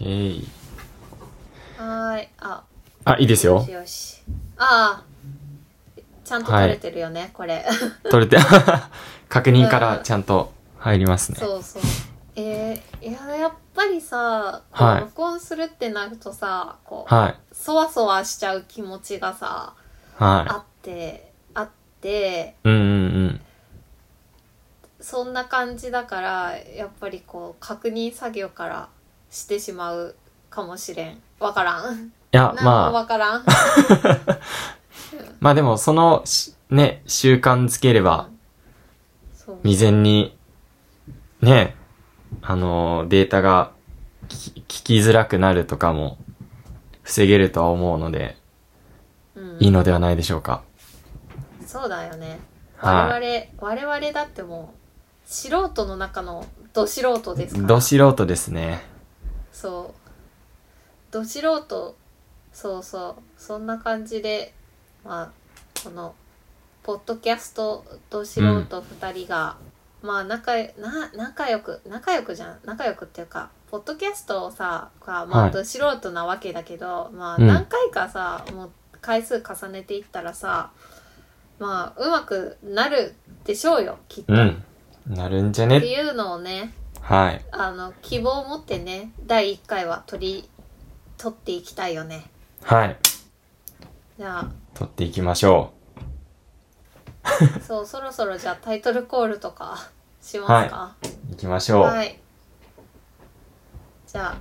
えい。はーい。あ、あ、いいですよよし。よし。ああ。ちゃんと取れてるよね、これ。 取れて、 確認からちゃんと入りますね。そうそう。えー、いや、やっぱりさ、こうはい録音するってなるとさ、こう、はい。そわそわしちゃう気持ちがさ、あはって、あって、い。うんうんうん。そんな感じだから、やっぱりこう、確認作業からしてしまうかもしれん。わからん。いやなん、かまあ、わか らん。まあでも、そのし、ね、習慣つければ、そう未然に、ね、あの、データが聞き聞きづらくなるとかも、防げるとは思うので、うんいいのではないでしょうか。そうだよね。は我々、我々だってもう、素人の中のど素人ですい。かどら。素人ですね。そう。ど素人、そうそう。そんな感じで、まあ、この、ポッドキャスト、ど素人二人が、まあ、仲よ、な、仲良く、仲良くじゃん。仲良くっていうか、ポッドキャストをさ、がまはあ、いど素人なわけだけど、まあ、うん何回かさ、もう、回数重ねていったらさ、まあ、うまくなるでしょうよ、きっと。うっん。なるんじゃねていうのをね、はい。あの希望を持ってね第1回は取り取っていきたいよねはい。じゃ取っていきましょあそうそろそろじゃあタイトルコールとかしますかう。いきましはょう。い、じゃあ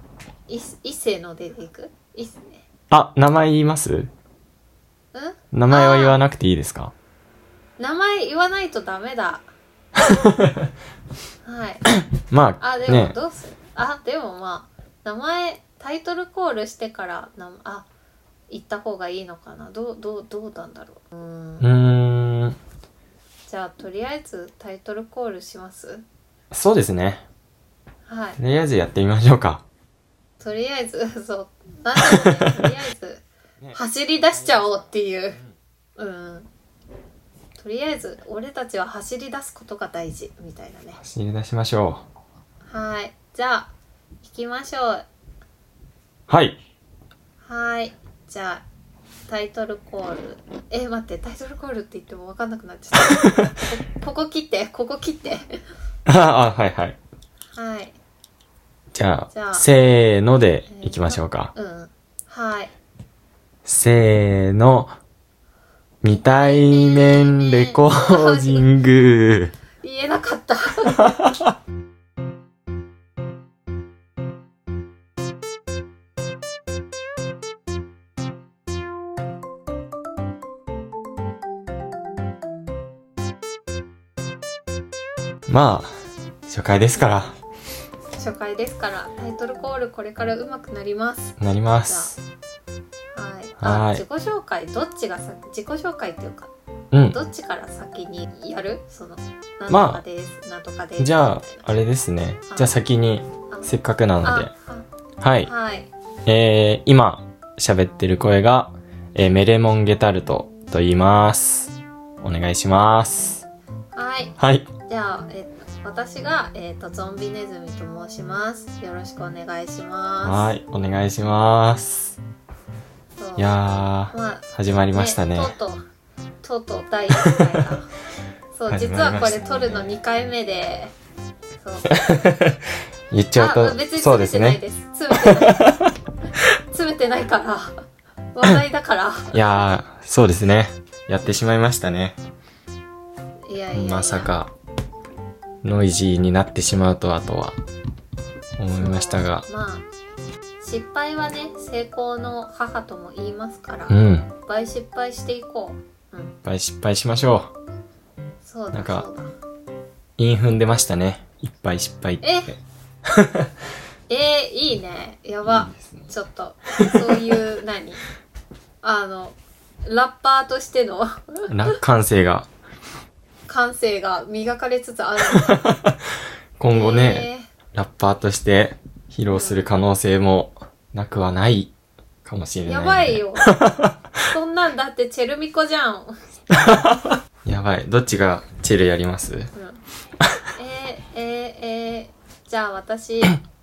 い一斉の出ていくいっすねあ、名前言いますうん名前は言わなくていいですか名前言わないとダメ だはいまあ、あでもね。どうする、あでもまあ名前タイトルコールしてからなあ言った方がいいのかなどうどうどうなんだろううーんうーん。じゃあとりあえずタイトルコールしますそうですね。はいとりあえずやってみましょうか。とりあえず そうなんだろうねとりあえずね走り出しちゃおうっていううんとりあえず俺たちは走り出すことが大事みたいなね走り出しましょう。はいじゃあ行きましょうはい。 はいじゃあタイトルコールえ待ってタイトルコールって言っても分かんなくなっちゃった こここ切ってここ切ってあ、あはいはい。はいじゃあ、じゃあせーのでいきましょうか。うんはいせーの。未対面レコーディング。 言えなかったまあ、初回ですから、初回ですからタイトルコールこれから上手くなりますなります。はいあはい自己紹介どっちが先自己紹介っていうかうん。どっちから先にやるそのなんまあとかです、なんとかですじゃあ、あれれですね。じゃあ先に、せっかくなので。はい。はいえー、今喋ってる声が、えーメレモンゲタルトと言います。お願いします。はいはい。じゃあ、えっと私が、えっとゾンビネズミと申しますよろしくお願いしまはい。お願いします。すそういやー、まあ始まりましたね。とうとうとうとう第1回 がそう始実まりましたねはこれ撮るの2回目でそう言っちゃうあと別に、そう詰でめすてないね。です。詰めてない。詰めてないから。 話題だから。いやー、そうですね。やってしまいましたね。いやいやいや。まさ。か、ノイジーになってしまうとはとは、思いましたが。まあ、失敗はね、成功の母とも言いますから、ういっん。いっぱい失敗していこう。うん。ぱい失敗しましょう。そうなだ、んかそうだ。イン踏んでましたね。いっぱい失敗って。ええー、いいね。やいばい。ですねちょっと、そういう、何 あの、ラッパーとし てのな感性が。感性が磨かれつつある。今後ね、ラッパーとして披露する可能性もなくはないかもしえれー。ない、やばい。よ。そんなんだってチェルミコじゃん。やばい。どっちが チェルやります うんえー、えー、えー、じゃあ私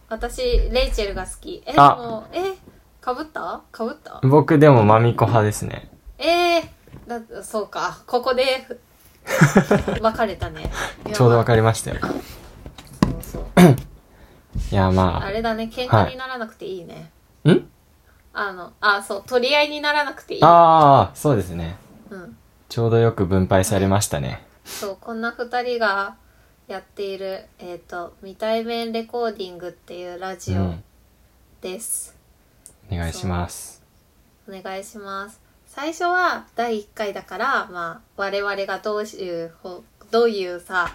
私、レイチェルが好き。え、であも、え、かぶったかぶった僕でもマミコ派ですね。ええだ、そうか。こ こで、分かれたね。ちょうど分かれりましたよ。そうそう。いや、あまれだね、喧嘩にならなくていいね。あ。んあの、あ、そう、取り合いにならなくていい。ああ、そうですね。うん。ちょうどよく分配されましたね。そう、こんな二人がやっている、えっ、と、未対面レコーディングっていうラうジオん。です。お願いします。お願いします。最初は第1回だから、まあ、我々がどういうほ、どういうさ、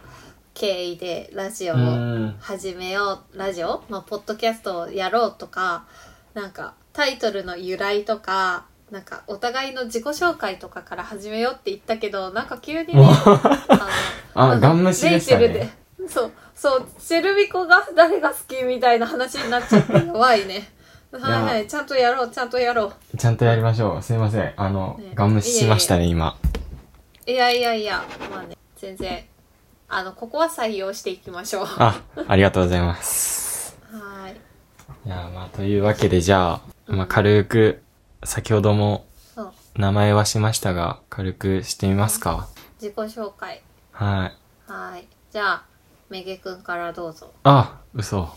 経緯でラジうオをーん。始めよう、ラジオまあ、ポッドキャストをやろうとか、なんか、タイトルの由来とか、なんか、お互いの自己紹介とかから始めようって言ったけど、なんか急にね、あのあ、ガン無視でしたレイチェルね。で、そう、そう、チェルミコが誰が好きみたいな話になっちゃって、怖いね。はいはい、ちゃんとやろう、ちゃんとやろう。ちゃんとやりましょう。すいません。あのね、ガン無視しましたね、今。いやいやいや、まあね、全然、あの、ここは採用していきましょう。はあ、ありがとうございます。ーい。いや、まあ、というわけで、じゃあ、まあ、軽く、先ほどもそう、名前はしましたが、軽くしてみますか。自己紹介。はい。はーい。じゃあ、めげくんからどうぞ。あ、嘘。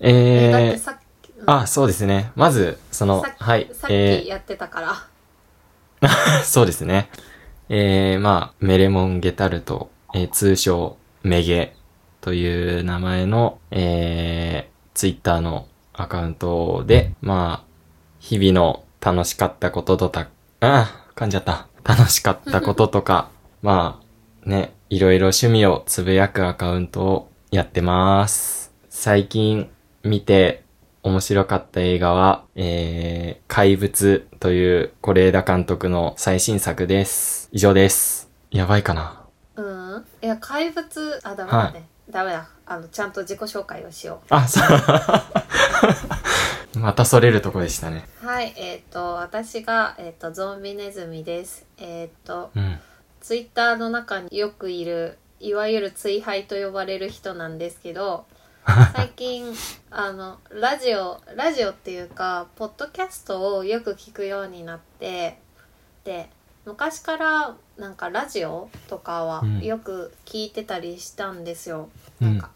えだっえてー、さっき、うんあ、そうですね。まず、その、さっき、はいさっ。えきやってたから。ー、 そうですね。えー、まあ、メレモン・ゲタルト、えー通称、メゲという名前の、えー、ツイッターのアカウントで、まあ、日々の楽しかったこととた、ああ、噛んじゃった。楽しかったこととか、 まあ、ね、いろいろ趣味をつぶやくアカウントをやってます。最近見て面白かった映画は、えー、怪物という是枝監督の最新作です。以上です。やばいかなうん。いや、怪物、あ、ダメはだいね。ダメだ。あの、ちゃんと自己紹介をしよあ、そう。 またそれるとこでしたね。う。はい、えっ、と、私が、えっ、と、ゾンビネズミです。えっ、と、うん。ツイッターの中によくいるいわゆる追廃と呼ばれる人なんです けど最近あのラジオラジオっていうかポッドキャストをよく聞くようになってで昔からなんかラジオとかはうんよく聞いてたりしたんですよ、うなんんか。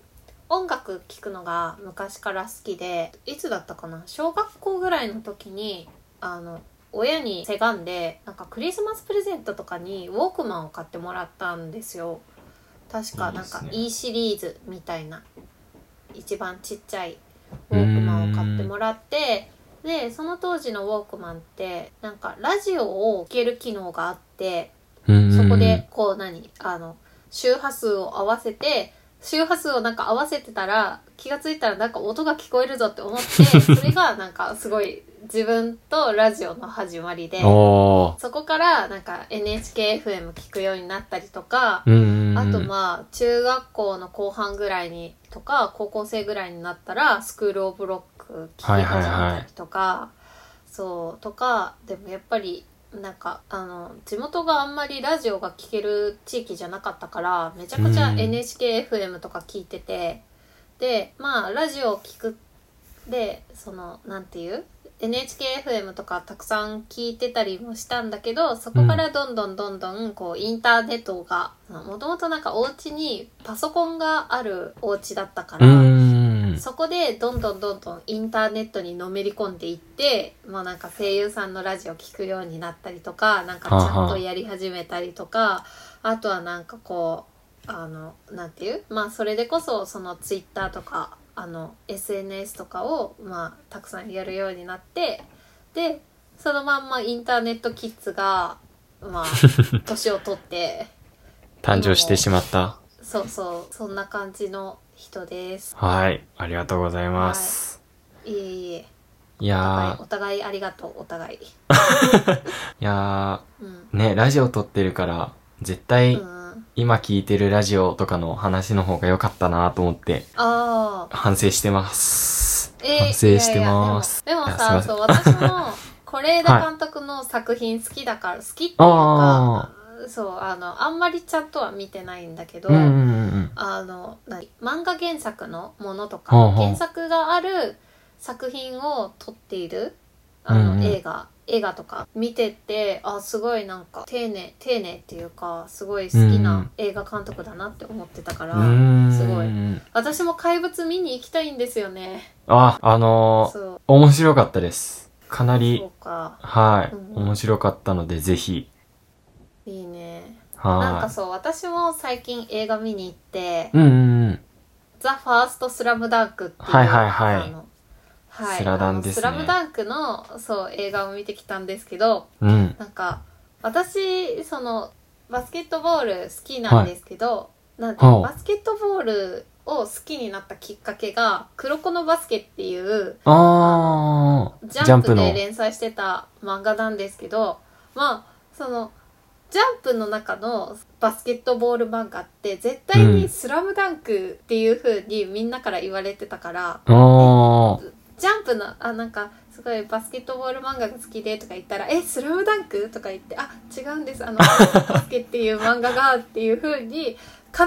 音楽聴くのが昔から好きでいつだったかな小学校ぐらいの時にあの親にせがんでなんかクリスマスプレゼントとかにウォークマンを買ってもらったんですよ確かいいでなんすかね E シリーズみたいな一番ちっちゃいウォークマンを買ってもらってでその当時のウォークマンってなんかラジオを聴ける機能があってうんそこで、こう何あの周波数を合わせて周波数をなんか合わせてたら気がついたらなんか音が聞こえるぞって思って それがなんかすごい自分とラジオの始まりでおー。そこからなんか NHKFM 聞くようになったりとか、うんうんうん。あとまあ中学校の後半ぐらいにとか高校生ぐらいになったらスクール・オブ・ロック聴き始めたりとか、そうとかでもやっぱりなんかあの地元があんまりラジオが聴ける地域じゃなかったからめちゃくちゃうん NHKFM とか聞いてて、でまあラジオを聴くでそのなんていう NHKFM とかたくさん聞いてたりもしたんだけどそこからどんどんどんどんこうインターネットがもともとなんかお家にパソコンがあるお家だったから、うん。そこでどんどんどんどんインターネットにのめり込んでいって、まあなんか声優さんのラジオ聞くようになったりとか、なんかちゃんとやり始めたりとか、あとはなんかこう、あの、なんていうまあそれでこそそのツイッターとか、あの SNS とかをまあたくさんやるようになって、で、そのまんまインターネットキッズが、 まあ、年を取って、誕生してしまった。そうそう、そんな感じの人です。はい。ありがとうございます。いえいえ。いお互やいお互いありがとうお互い、ー、いやうんー、ね、ラジオ撮ってるから、絶対、うん、今聞いてるラジオとかの話の方が良かったなと思って、ああ反省してます。えー反省してますいやいやでもでもいさやすい そう私も是枝はい監督の作品好きだから、好きっていうかあそうあのあんまりちゃんとは見てないんだけど、うんうんうんあの何漫画原作のものとか、ほうほう原作がある作品を撮っているあの、うんうん映画映画とか見ててあすごいなんか丁寧丁寧っていうかすごい好きうんうなん映画監督だなって思ってたから、うん。すごいい。私も怪物見に行きたいんですよねあ、あのーそう面白かったです。かなりそう、かはい、うん面白かったので、ぜひ。いいねなんかはそう私も最近映画見に行ってい。うんうんうん。 「ザ・ファーストスラムダンクっていうはいはいはいあのはいスラダンですねあのスラムダンクのそう映画を見てきたんですけどうん。なんか私そのバスケットボール好きなんですけど、なんてはあバスケットボールを好きになったきっかけが「黒子のバスケ」っていうあジー、ジャャンンププので。連載してた漫画なんですけどまあそのジャンプの中のバスケットボール漫画って絶対うに「んスラムダンクっていう風にみんなから言われてたから、あー、ジャンプのあなんかすごいバスケットボール漫画が好きでとか言ったら「えスラムダンク?」とか言って「あ違うんですあのバスケっていう漫画が」っていう風に必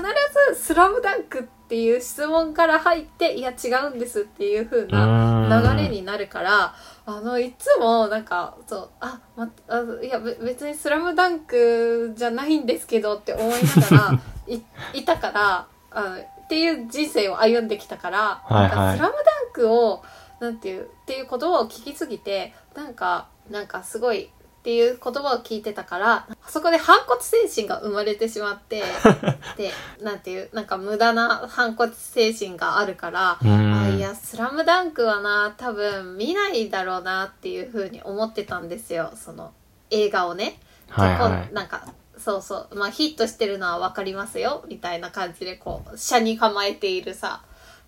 ず「スラムダンクっていう質問から入って「いや違うんです」っていう風うなーん。流れ。になるから、あのいつもなんかそうあ,、ま、あいやべ別に「スラムダンクじゃないんですけどって思いなが らいいたからあのっていう人生を歩んできたから「はいはいなんかスラムダンクをなんていうっていう言葉を聞きすぎてなんかなんかすごい。っていう言葉を聞いてたからあそこで反骨精神が生まれてしまって でなんていうなんか無駄な反骨精神があるからうあいーん。や「スラムダンクはな多分見ないだろうなっていうふうに思ってたんですよその映画をね。はいはこうなんかそうそうまあヒットしてるのは分かりますよみたいな感じでこう車に構えているさ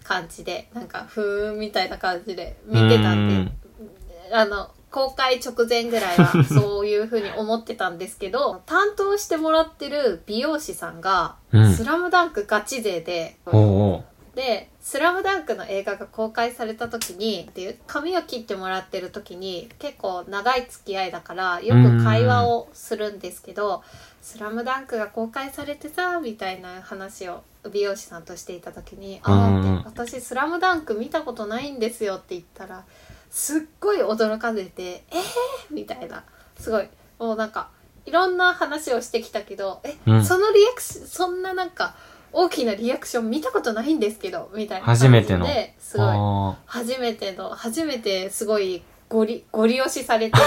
感じでなんかふーんみたいな感じでい。見てたんでうあの、公開直前ぐら いはそういうふうに思ってたんですけど、担当してもらってる美容師さんが、うんスラムダンクガチ勢で、ーん。おうおう。で、スラムダンクの映画が公開された時に、っていう髪を切ってもらってる時に、結構長い付き合いだから、よく会話をするんですけど、スラムダンクが公開されてさ、みたいな話を美容師さんとしていた時に、あうんうんあ、私スラムダンク見たことないんですよって言ったら、すっごい驚かれて、えー、みたいな、すごい、もうなんか、いろんな話をしてきたけど、え、うんそのリアクション、そんななんか、大きなリアクション見たことないんですけど、みたいな感じで。初めてのすごい。あ初めての、初めてすごい、ごり、ご利用しさ れて、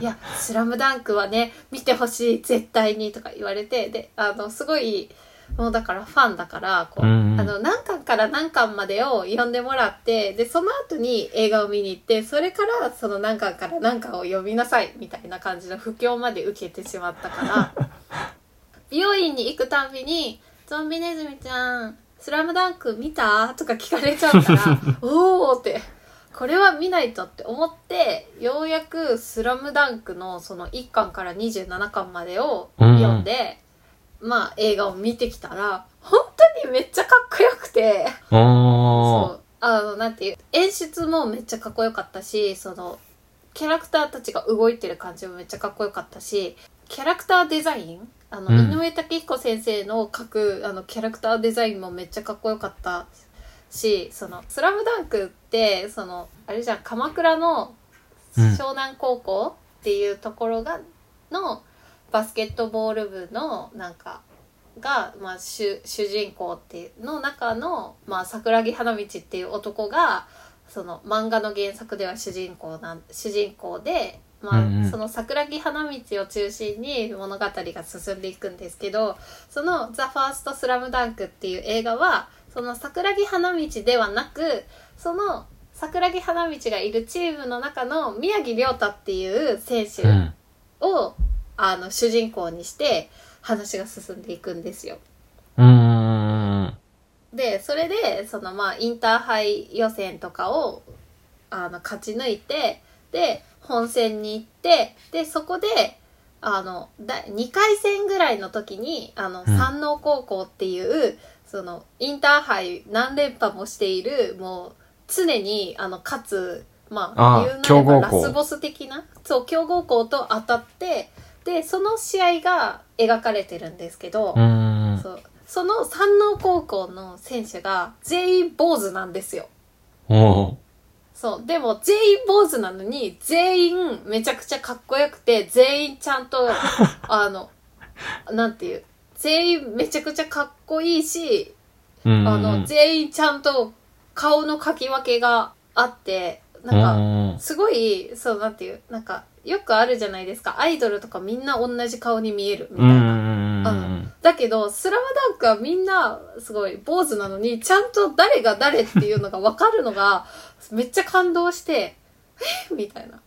いや、スラムダンクはね、見てほしい、絶対に、とか言われて、で、あの、すごい、もうだからファンだから、こう、うんうんあの、何巻から何巻までを読んでもらって、で、その後に映画を見に行って、それからその何巻から何巻を読みなさい、みたいな感じの布教まで受けてしまっ たから、美容院に行くたんびに、ゾンビネズミちゃん、スラムダンク見たとか聞かれちゃうから、おーって、これは見ないとって思って、ようやくスラムダンクのその1巻から27巻までを読んで、まあ映画を見てきたら、本当にめっちゃかっこよくて、ー。おそう。あの、なんていう、演出もめっちゃかっこよかったし、その、キャラクターたちが動いてる感じもめっちゃかっこよかったし、キャラクターデザインあの、うん井上武彦先生の描く、あの、キャラクターデザインもめっちゃかっこよかったし、その、スラムダンクって、その、あれじゃん、鎌倉のうん湘南高校っていうところが、のバスケットボール部の、なんか、が、まあ、主主人公っていうの中の、まあ、桜木花道っていう男がその漫画の原作では主人公なん主人公で、まあうんうんその桜木花道を中心に物語が進んでいくんですけどその「ザ・ファーストスラムダンクっていう映画はその桜木花道ではなくその桜木花道がいるチームの中の宮城亮太っていう選手、うん。をあの主人公にして話が進んでいくんですよ。うーん。でそれでそのまあインターハイ予選とかをあの勝ち抜いてで本戦に行ってでそこであのだ2回戦ぐらいの時にあの、うん山王高校っていうそのインターハイ何連覇もしているもう常にあの勝つまあああ言うな強れば豪ラ校スボス的なそう強豪校と当たってでその試合が描かれてるんですけど、うーん。そうその山王高校の選手が全員坊主なんですよおーそうでも全員坊主なのに全員めちゃくちゃかっこよくて全員ちゃん とあのなんていう全員めちゃくちゃかっこいいしうーん。あの全員ちゃんと顔の描き分けがあってなんか、うすごい、そう、なんていう、なんか、よくあるじゃないですか。アイドルとかみんな同じ顔に見えるみーたいな。ん。うーん。だけど、スラムダンクはみんな、すごい、坊主なのに、ちゃんと誰が誰っていうのが分かるのが、めっちゃ感動して、えみたいな。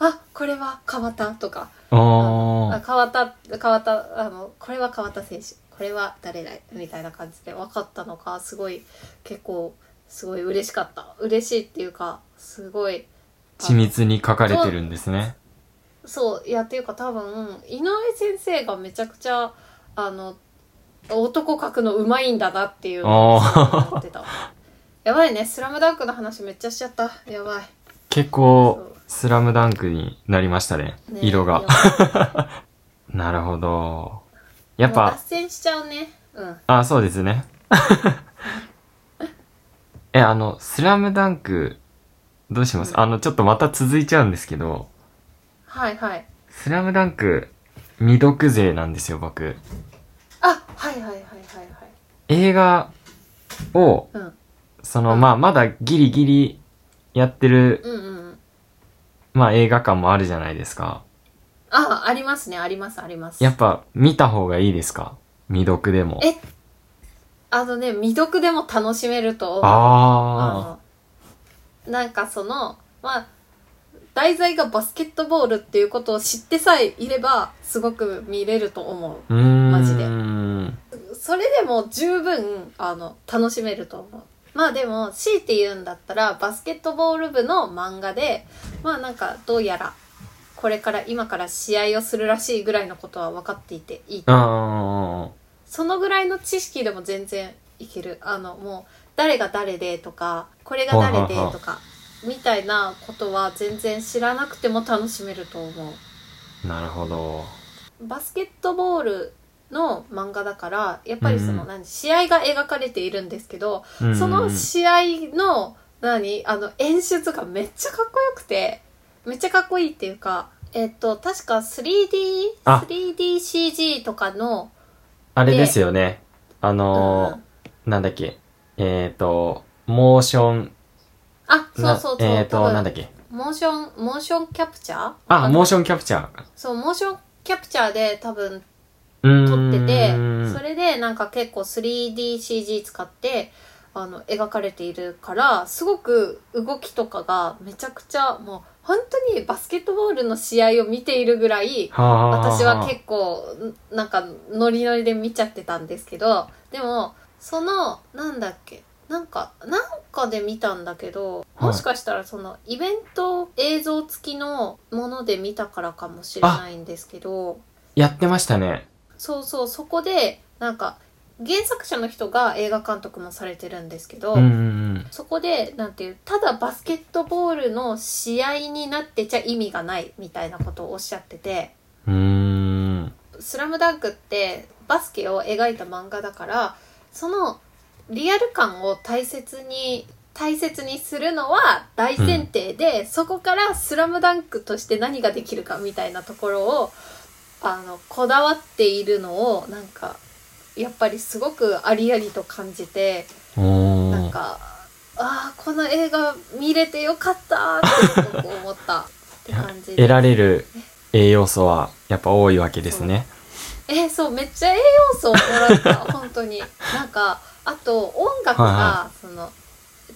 あ、これは川田とか、おー。あ川田、川田、あの、これは川田選手、これは誰だいみたいな感じで分かったのが、すごい、結構、すごい嬉しかった。嬉しいっていうか、すごい、あ緻密に書かれてるんですね。そういやっていうか多分井上先生がめちゃくちゃあの男描くのうまいんだなっていうのを思ってたやばいね「スラムダンクの話めっちゃしちゃったやばい、結構、スラムダンクになりましたね。ね色やが。ばいなるほど。 やっもうぱ脱、線しちゃうねうんあ、そうですね。え、あの、スラムダンク、どうします、うんあの、ちょっとまた続いちゃうんですけど、はいはいスラムダンク、未読勢なんですよ、僕。あはいはいはいはいはい映画を、うんその、うんまあ、まだギリギリやってる、うんうんうんまあ、映画館もあるじゃないですか。あありますねありますありますやっぱ、見た方がいいですか未読でも。えあのね未読でも楽しめると思うああのなんかそのまあ題材がバスケットボールっていうことを知ってさえいればすごく見れると思あ。うーん。マジでうん。うそれでも十分あの楽しめると思うまあでも強いて言うんだったらバスケットボール部の漫画でまあなんかどうやらこれから今から試合をするらしいぐらいのことは分かっていていいと思うあそのぐらいの知識でも全然いける。あの、もう、誰が誰でとか、これが誰ではいはいはいとか、みたいなことは全然知らなくても楽しめると思あ。なるほど。う。バスケットボールの漫画だから、やっぱりそうんうの、ん何、試合が描かれているんですけど、うんその試合の、何、あの、演出がめっちゃかっこよくて、めっちゃかっこいいっていうか、えっと、確か 3D、あ 3DCG とかの、あれですよね。あのー、なんだっけ。えっ、と、モーション。あ、そうなそうそう。えっ、多と、分なんだっけ。モーション、モーションキャプチャーあ、モーうションキャプチャー。そう、モーションキャプチャーで多分うーん。撮ってて、それれでなんか結構 3DCG 使って、あの、描かれているから、すごく動きとかがめちゃくちゃ、もう本当にバスケットボールの試合を見ているぐらい、はあああ私は結構、んなんかノリノリで見ちゃってたんですけど、でも、その、なんだっけ、なんか、なんかで見たんだけど、はいもしかしたらそのイベント映像付きのもので見たからかもしれないんですけど、やってましたね。そうそう、そこで、なんか、原作者の人が映画監督もされてるんですけど、うんうんそこで、なんていう、ただバスケットボールの試合になってちゃ意味がないみたいなことをおっしゃってて、うん。うーん。スラムダンクってバスケを描いた漫画だからそのリアル感を大切に大切にするのは大前提で、そこからスラムダンクとして何ができるかみたいなところをあのこだわっているのをなんかやっぱりすごくありありと感じておなんー。かああこの映画見れてよかったってすごく思ったって感じ得でられる栄養素はやっぱ多いわけですね。えーそうめっちゃ栄養素をもらった 本当になんかあと音楽が、はいはその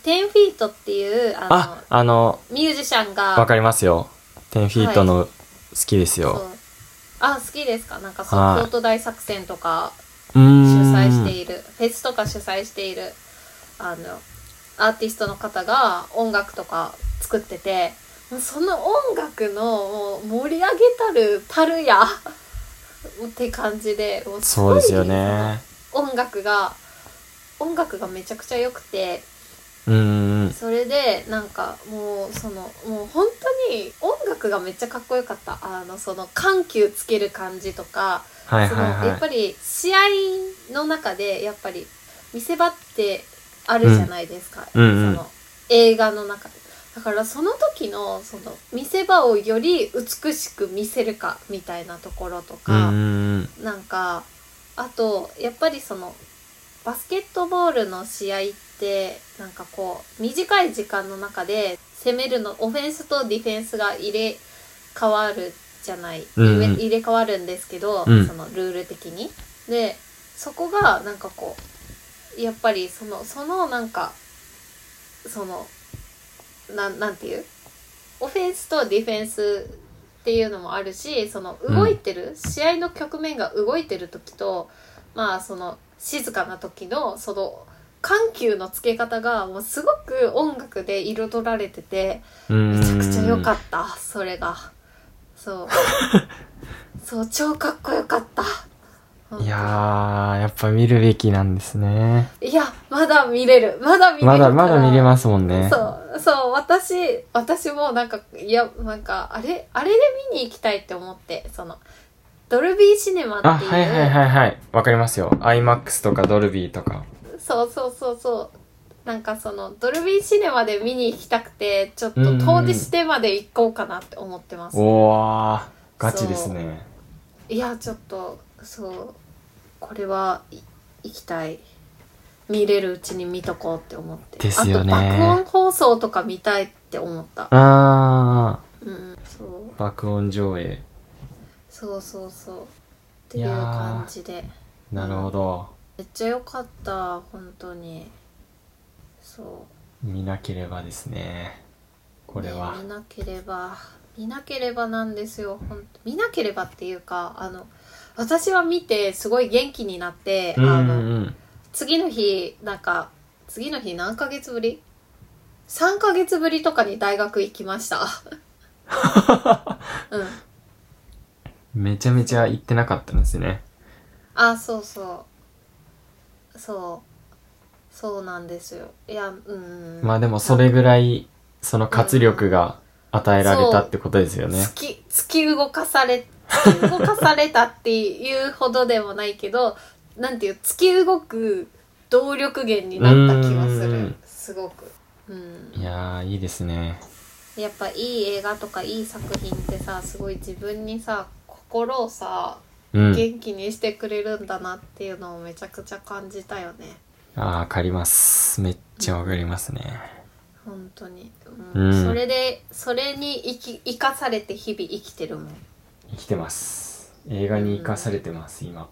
10フィートっていうあのあ、あの、ミュージシャンがわかりますよ。10フィートの好きですそうよ。あ好きですかなんかそはのい京都大作戦とかうー主ん。催している、フェスとか主催しているあのアーティストの方が音楽とか作っててその音楽のもう盛り上げたるたるやって感じでもすそごういですよね。音楽が音楽がめちゃくちゃ良くてうんうんうん。それでなんかもうそのもう本当に音楽がめっちゃかっこよかったあのその緩急つける感じとか、はいそはのいはい。やっぱり試合の中でやっぱり見せ場ってあるじゃないですか、うんうんうんその映画の中でだからその時のその見せ場をより美しく見せるかみたいなところとうか、んうんなんかあとやっぱりそのバスケットボールの試合ってなんかこう短い時間の中で攻めるのオフェンスとディフェンスが入れ替わるじゃない、うんうん入れ替わるんですけど、うんそのルール的に。でそこがなんかこうやっぱりそのそのなんかそのなんなんていうオフェンスとディフェンスっていうのもあるしその動いてる、試合の局面が動いてる時とまあその静かな時のその緩急のつけ方がもうすごく音楽で彩られててうん。めちゃくちゃ良かっったそれがそう そう超かっこよかった本当いやー、やっぱ見るべきなんですね。いやまだ見れるまだ見れるまだまだ見れすますもんね。そう、そう、私、私もなんか、いや、なんか、あれ、あれで見に行きたいって思って、その、ドルビーシネマあ、っていう、はいはいはいはい。わかりますよ。IMAX とかドルビーとか。そうそうそうそう、なんかその、ドルビーシネマで見に行きたくて、ちょっとうんうん遠出してまで行こうかなって思ってます。おー、ガチですね。いや、ちょっと、そう、これは、い行きたい。見れるうちに見とこうって思って。ですよねあと、爆音放送とか見たいって思った。あうん、そう。ー、爆音上映。そうそうそうっていいうやー感じでなるほど。めっちゃ良かった本当にそ見なければですね。うこれはね。見なければ見なければなんですよ本当見なければっていうかあの私は見てすごい元気になって、うんあうのん。次の日なんか次の日何ヶ月ぶり ?3 ヶ月ぶりとかに大学行き ましたうんめちゃめちゃ行ってなかったんですね。あそうそうそうそうなんですよいやうんまあでもそれぐらい、その活力が与えられたってことですよね。突き突き動かされ突き動かされたっていうほどでもないけどなんていう突き動く動力源になった気がうすんうるんすごくうんいやー、いいですね。やっぱいい映画とかいい作品ってさすごい自分にさ心をさうん。元気にしてくれるんだなっていうのをめちゃくちゃ感じたよねあー、わかります。めっちゃわかりますね。本当に、ううんん、それでそれに生き生かされて日々生きてるもん生きてます。映画に生かされてます、今。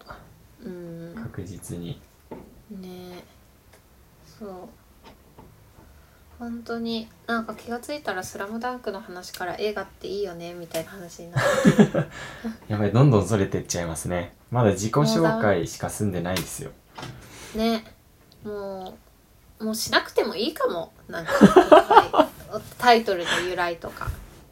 うんね確実に。えそう本当になんか気がついたら「スラムダンクの話から映画っていいよねみたいな話になってやばい、どんどんずれてっちゃいますね。まだ自己紹介しか済んでないですよ。ねもうもうしなくてもいいかもなんか、はい、タイトルの由来とか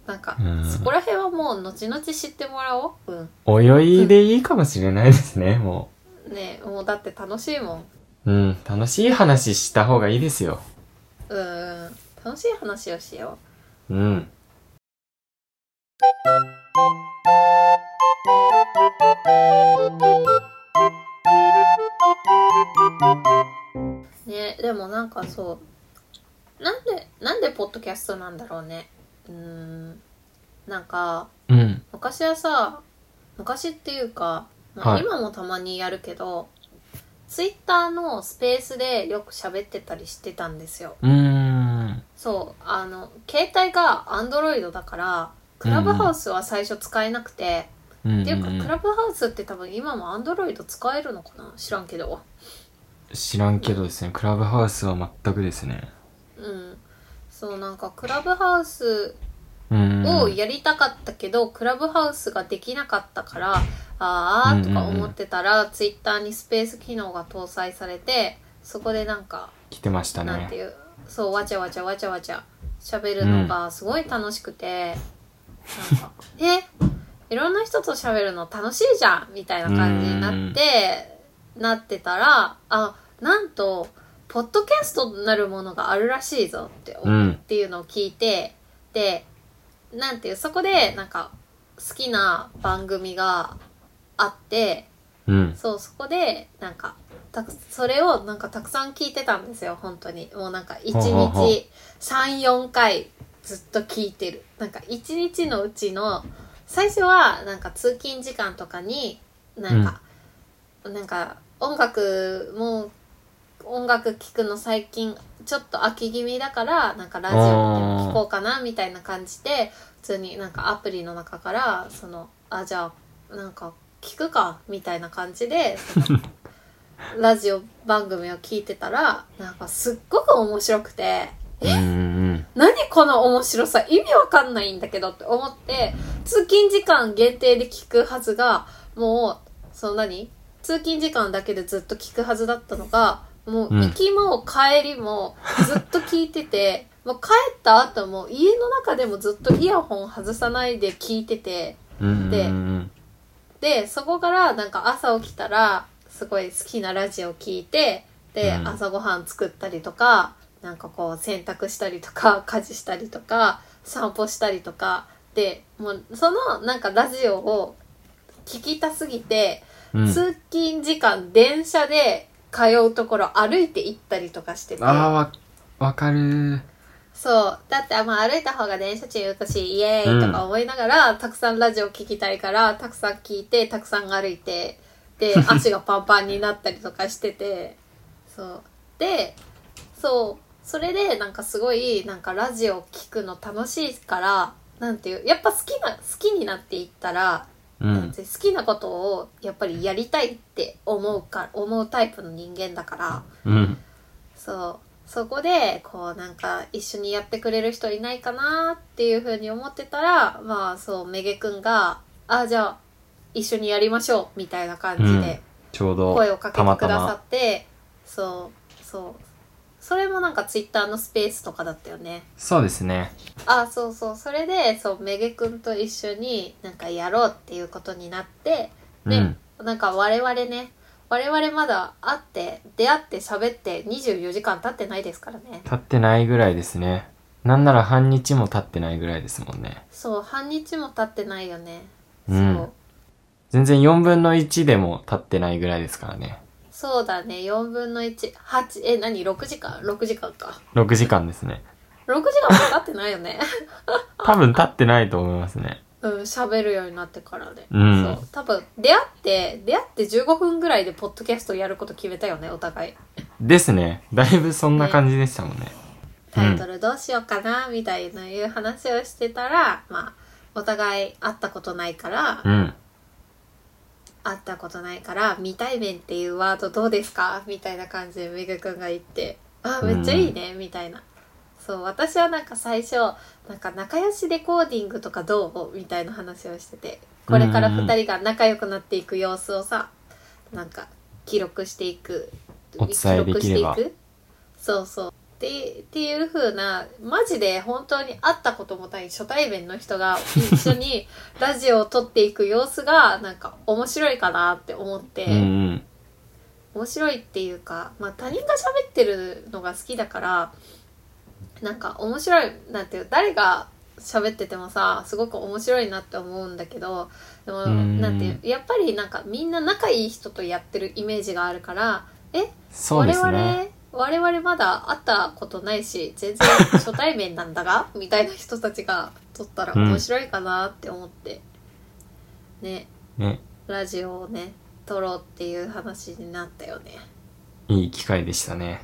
なんかうんそこら辺はもう後々知ってもらおううん泳いでいいかもしれないですね、もねえもうだって楽しいもんう。うん、楽しい話した方がいいですよ。うん楽しい話をしよううん。ねでもなんかそうなんでなんでポッドキャストなんだろうねうーんなんかうん。昔はさ昔っていうか、まあはい今もたまにやるけどツイッターのスペースでよく喋ってたりしてたんですようーん。そうあの携帯がアンドロイドだからクラブハウスは最初使えなくて、うんっていうかんんクラブハウスって多分今もアンドロイド使えるのかな知らんけど知らんけどですね、クラブハウスは全くですね。うんそうなんかクラブハウスうーん。をやりたかったけど、クラブハウスができなかったから、あーとか思ってたら、ツイッターにスペース機能が搭載されて、そこでなんか、来てましたなんてね。いう、そう、わちゃわちゃわちゃわちゃ喋るのがすごい楽しくて、なんか、え、いろんな人と喋るの楽しいじゃんみたいな感じになって、なってたら、あ、なんと、ポッドキャストなるものがあるらしいぞって,、うんっていうのを聞いてでなんていうそこでなんか好きな番組があってうん。そうそこでなんかたくそれをなんかたくさん聞いてたんですよ本当にもうなんか1ほうほうほう日34回ずっと聞いてるなんか1日のうちの最初はなんか通勤時間とかになんか、なんか音楽も音楽聴くの最近ちょっと飽き気味だからなんかラジオでも聴こうかなみたいな感じで普通になんかアプリの中からそのあじゃあなんか聞くかみたいな感じでそのラジオ番組を聞いてたらなんかすっごく面白くてうんうん何この面白さ意味わかんないんだけどって思って通勤時間限定で聞くはずがもうその何通勤時間だけでずっと聞くはずだったのがもううん行きも帰りもずっと聞いてて、 もう帰った後も家の中でもずっとイヤホン外さないで聞いててうん。でうんでそこからなんか朝起きたらすごい好きなラジオを聞いてで、うん朝ごはん作ったりとかなんかこう洗濯したりとか 家事したりとか散歩したりとかでもうそのなんかラジオを聞きたすぎて、うんうん。通勤時間電車で通うところ歩いて行ったりとかしててああ、わ、わかるー。そう。だって、まあ歩いた方が電車中行くし、イエーイとか思いながら、たくさんラジオ聞きたいから、たくさん聞いて、たくさん歩いて、で、足がパンパンになったりとかしてて、そう。で、そう。それで、なんかすごい、なんかラジオ聞くの楽しいから、なんていう、やっぱ好きな、好きになっていったら、うなんん。て好きなことをやっぱりやりたいって思うか、思うタイプの人間だから、うん。そうそこでこうなんか一緒にやってくれる人いないかなっていうふうに思ってたらまあそうめげくんが「あじゃあ一緒にやりましょう」みたいな感じでちょうど、声をかけてたまくたださま。って、そうそうそれもなんかツイッターのスペースとかだったよねそうですね。あそうそうそれでそうめげくんと一緒になんかやろうっていうことになってうで、ん。なんか我々ね我々まだ会って出会って喋って24時間経ってないですからね経ってないぐらいですね。なんなら半日も経ってないぐらいですもんね。そう半日も経ってないよね、うんそう全然4分の1でも経ってないぐらいですからね。そうだね4分の18え何6時間6時間か6時間ですね。 6時間も経ってないよね 多分経ってないと思いますね。うん喋るようになってからで、うんそう多分出会って出会って15分ぐらいでポッドキャストやること決めたよねお互いですね。だいぶそんな感じでしたもんね。タイトルどうしようかなみたいないう話をしてたら、まあお互い会ったことないから、うん。会ったことないから未対面っていうワードどうですかみたいな感じでめぐくんが言ってあめっちゃいいねみたいなそう私はなんか最初なんか仲良しレコーディングとかどうみたいな話をしててこれからうんうんうん2人が仲良くなっていく様子をさなんか記録していくお伝えできれば記録していくそうそうってっていう風なマジで本当に会ったこともない初対面の人が一緒 にラジオを撮っていく様子がなんか面白いかなって思って、うんうん。面白いっていうか、まあ、他人が喋ってるのが好きだからなんか面白いなんていう誰が喋っててもさすごく面白いなって思うんだけどでもうんなんていうやっぱりなんかみんな仲いい人とやってるイメージがあるからえそうですね。我々我々まだ会ったことないし全然初対面なん だがみたいな人たちが撮ったら面白いかなって思って、ねね。ラジオをね撮ろうっていう話になったよねいい機会でしたね。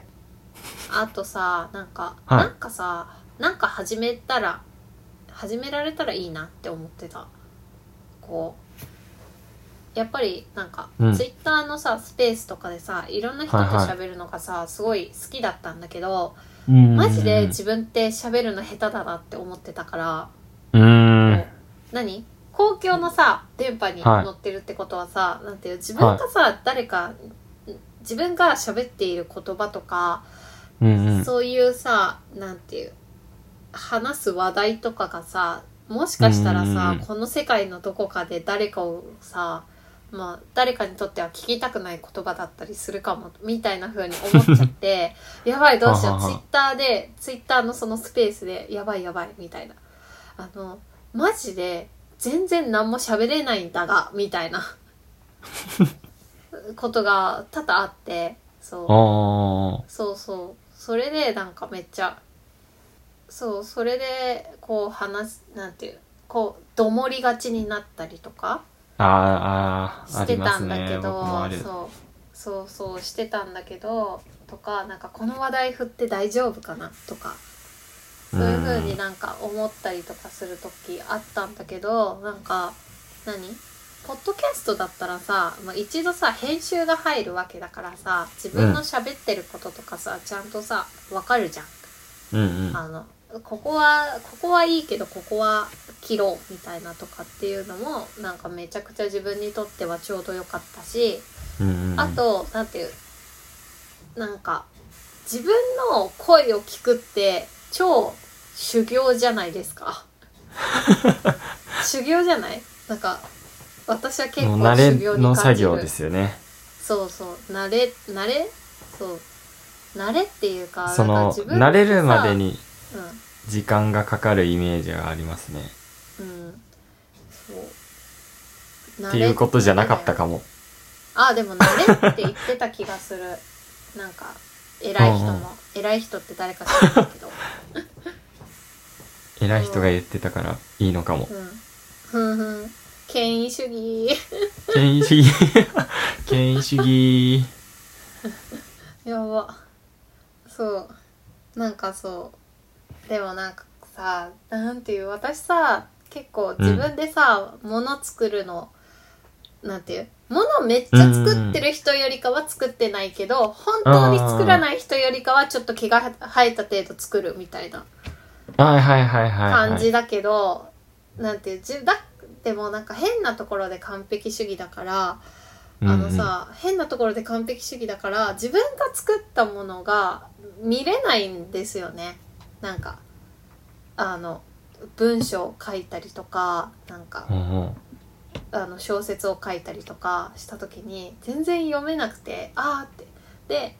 あとさなんか、はいなんかさなんか始めたら始められたらいいなって思ってたこうやっぱりなんか、うんツイッターのさスペースとかでさいろんな人とはいはい喋るのがさ、すごい好きだったんだけどうんマジで自分って喋るの下手だなって思ってたから、うん。うん。何公共のさ電波にはい乗ってるってことはさ、なんていう自分がさ、誰か自分が喋っている言葉とかうんうん。そういうさなんていう話す話題とかがさもしかしたらうんうんさうんこの世界のどこかで誰かをさまあ、誰かにとっては聞きたくない言葉だったりするかも、みたいな風に思っちゃ って、やばいどうしよははう、ツイはッターで、ツイッターのそのスペースで、やばいやばい、みたいな。あの、マジで、全然何も喋れないんだが、みた いな、ことが多々あって、そう。あそうそうそれでなんかめっちゃそうそれでこう話すなんていうこうどもりがちになったりとかあ、あーあー、しあてりまたすんだね。け僕もど、ある。そうそうそうしてたんだけどとかなんかこの話題振って大丈夫かなとかそういう風になんか思ったりとかする時あったんだけどなんか何ポッドキャストだったらさ、まあ、一度さ編集が入るわけだからさ自分の喋ってることとかさ、ちゃんとさわかるじゃん。うんうん。あのここはここはいいけどここは切ろうみたいなとかっていうのもなんかめちゃくちゃ自分にとってはちょうど良かったし、うんうん、あ、となんていうなんか自分の声を聞くって超修行じゃないです か修行じゃないなんか私は結も構う慣修行れにの感作じる業ですよね。そうそう慣れ慣れそう慣れっていうかそなんかの、自分慣れるまでさにうん時間がかかるイメージがありますね。うんそうっていうことじゃなかったもかも。あでも慣れって言ってた気がするなんか偉い人も、うんうん偉い人って誰か知らないけど偉い人が言ってたからいいのかも。うんふんふん権威主義 権威主義。 権威主義。やばそうなんかそうでもなんかさなんていう私さ結構自分でさ、物作るのなんていう物めっちゃ作ってる人よりかは作ってないけど、本当に作らない人よりかはちょっと毛が生えた程度作るみたいなはいはいはいはい、はい。感じだけど、なんていうじゅだでもなんか変なところで完璧主義だから、あのさ変なところで完璧主義だから自分が作ったものが見れないんですよねなんかあの文章を書いたりとかなんかうんうん、うんうん。あの小説を書いたりとかした時に全然読めなくてああってで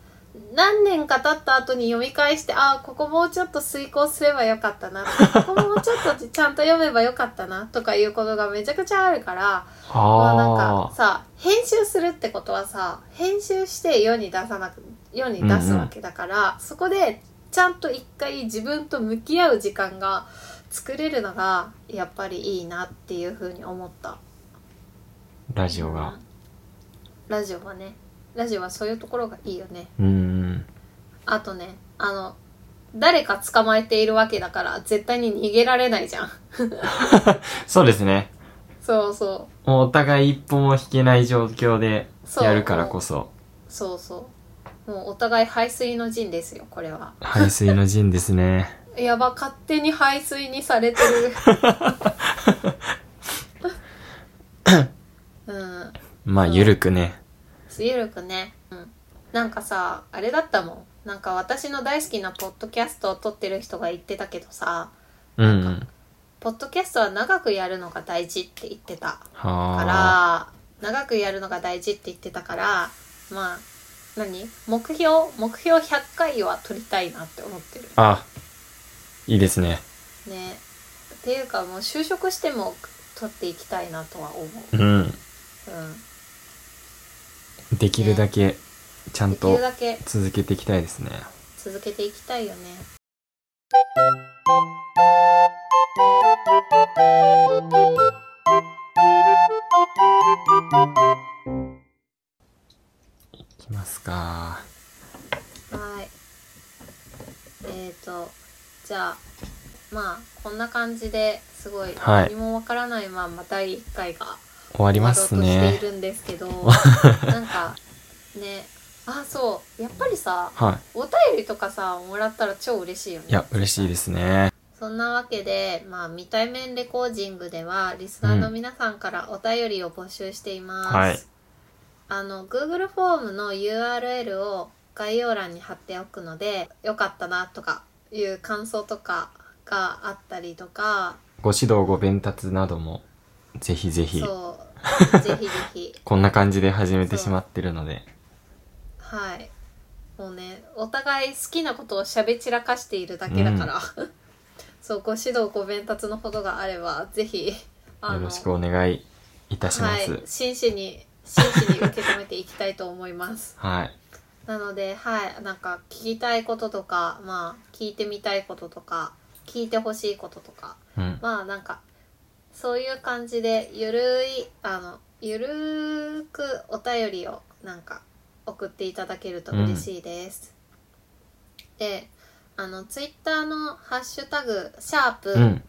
何年か経った後に読み返してああここもうちょっと遂行すればよかったなここもうちょっとちゃんと読めばよかったなとかいうことがめちゃくちゃあるからまあなんあかさ編集するってことはさ編集して世に出さなく世に出すわけだから、そこでちゃんと一回自分と向き合う時間が作れるのがやっぱりいいなっていうふうに思った。ーラジオが。ラジオはねラジオはそういうところがいいよねうん。あとねあの誰か捕まえているわけだから絶対に逃げられないじゃんそうですね。そうそうもうお互い一歩も引けない状況でそうやるからこそ、そうそうもうお互い排水の陣ですよこれは排水の陣です ね。やば勝手に排水にされて るうんまあ、ゆるくね。ゆるくね、うん、なんかさあれだったもんなんか私の大好きなポッドキャストを撮ってる人が言ってたけどさうんうん。ポッドキャストは長くやるのが大事って言ってたはあ。から長くやるのが大事って言ってたからまあ何目標目標100回は取りたいなって思ってるあ、いいですね。ねっていうかもう就職しても取っていきたいなとは思ううん。うんできるだけ、ちゃんできとるだけ続けていきたいですね。続けていきたいよねいきますか。はいえーとじゃあまあこんな感じですごいはい何もわからないまんま第1回が終わります終わねろうとして。いるんですけどなんかねあそうやっぱりさはお便りとかさもらったら超嬉しいよねい。いや、嬉しいですね。そんなわけで、まあ、未対面レコーディングではリスナーの皆さんからお便りを募集しています、はいあの Google フォームの URL を概要欄に貼っておくのでよかったなとかいう感想とかがあったりとかご指導、ご鞭達なども、ぜひぜひ。そうぜひぜひ。こんな感じで始めてしまってるので。はい。もうね、お互い好きなことをしゃべ散らかしているだけだから、 そう、ご指導、ご鞭達のことがあれば、ぜひ、あよの、ろしくお願いいたしまはいす、。真摯に、真摯に受け止めていきたいと思います。 はい。なので、はい、なんか聞きたいこととか、まあ、聞いてみたいこととか、聞いてほしいこととか、うん。まあなんか、そういう感じで、ゆるい、あの、ゆるーくお便りをなんか送っていただけると嬉しいです。で、あの、ツイッターのハッシュタグ、シャープ、うん。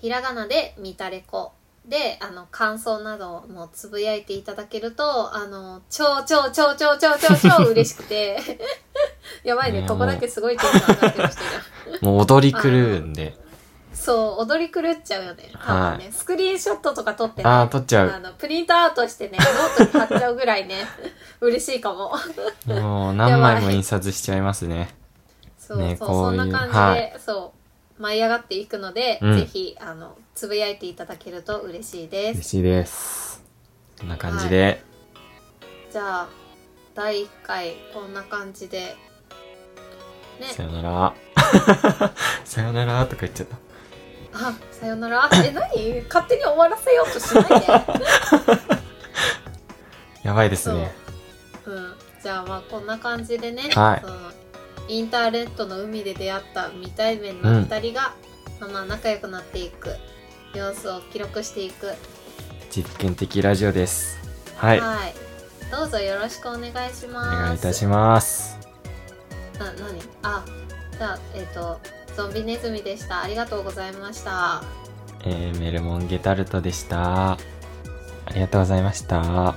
ひらがなでみたれこで、あの、感想などもつぶやいていただけると、あの、超超超超超超超嬉しくて、 やばいねね、えここだけすごいテンション上がってましたね。もう踊り狂うんで。そう、踊り狂っちゃうよね。多分ね、スクリーンショットとか撮ってね。ああー、撮っちゃあう。の、プリントアウトしてね、ノートに貼っちゃうぐらいね、 嬉しいかも。もう何枚やもばい印刷しちゃいますね。そう、ねそう、こそういんうな感じで、はいそう、舞い上がっていくので、うんぜひ、あの、つぶやいていただけると嬉しいです嬉。しいです。こんな感じで、じゃあ、第1回、こんな感じで、さね、よなら。 さよならとか言っちゃった。あ、さよなら。え、何勝手に終わらせようとしないで。やばいですね。うん、じゃあまあこんな感じでね、はいそのインターネットの海で出会った未対面の2人が、まあ仲良くなっていく様子を記録していく実験的ラジオです。はい。おどうぞよろしくお願いします願いいたします。な何あじゃあえっ、とゾンビネズミでしたありがとうございましたえーメルモンゲタルトでした。ありがとうございました。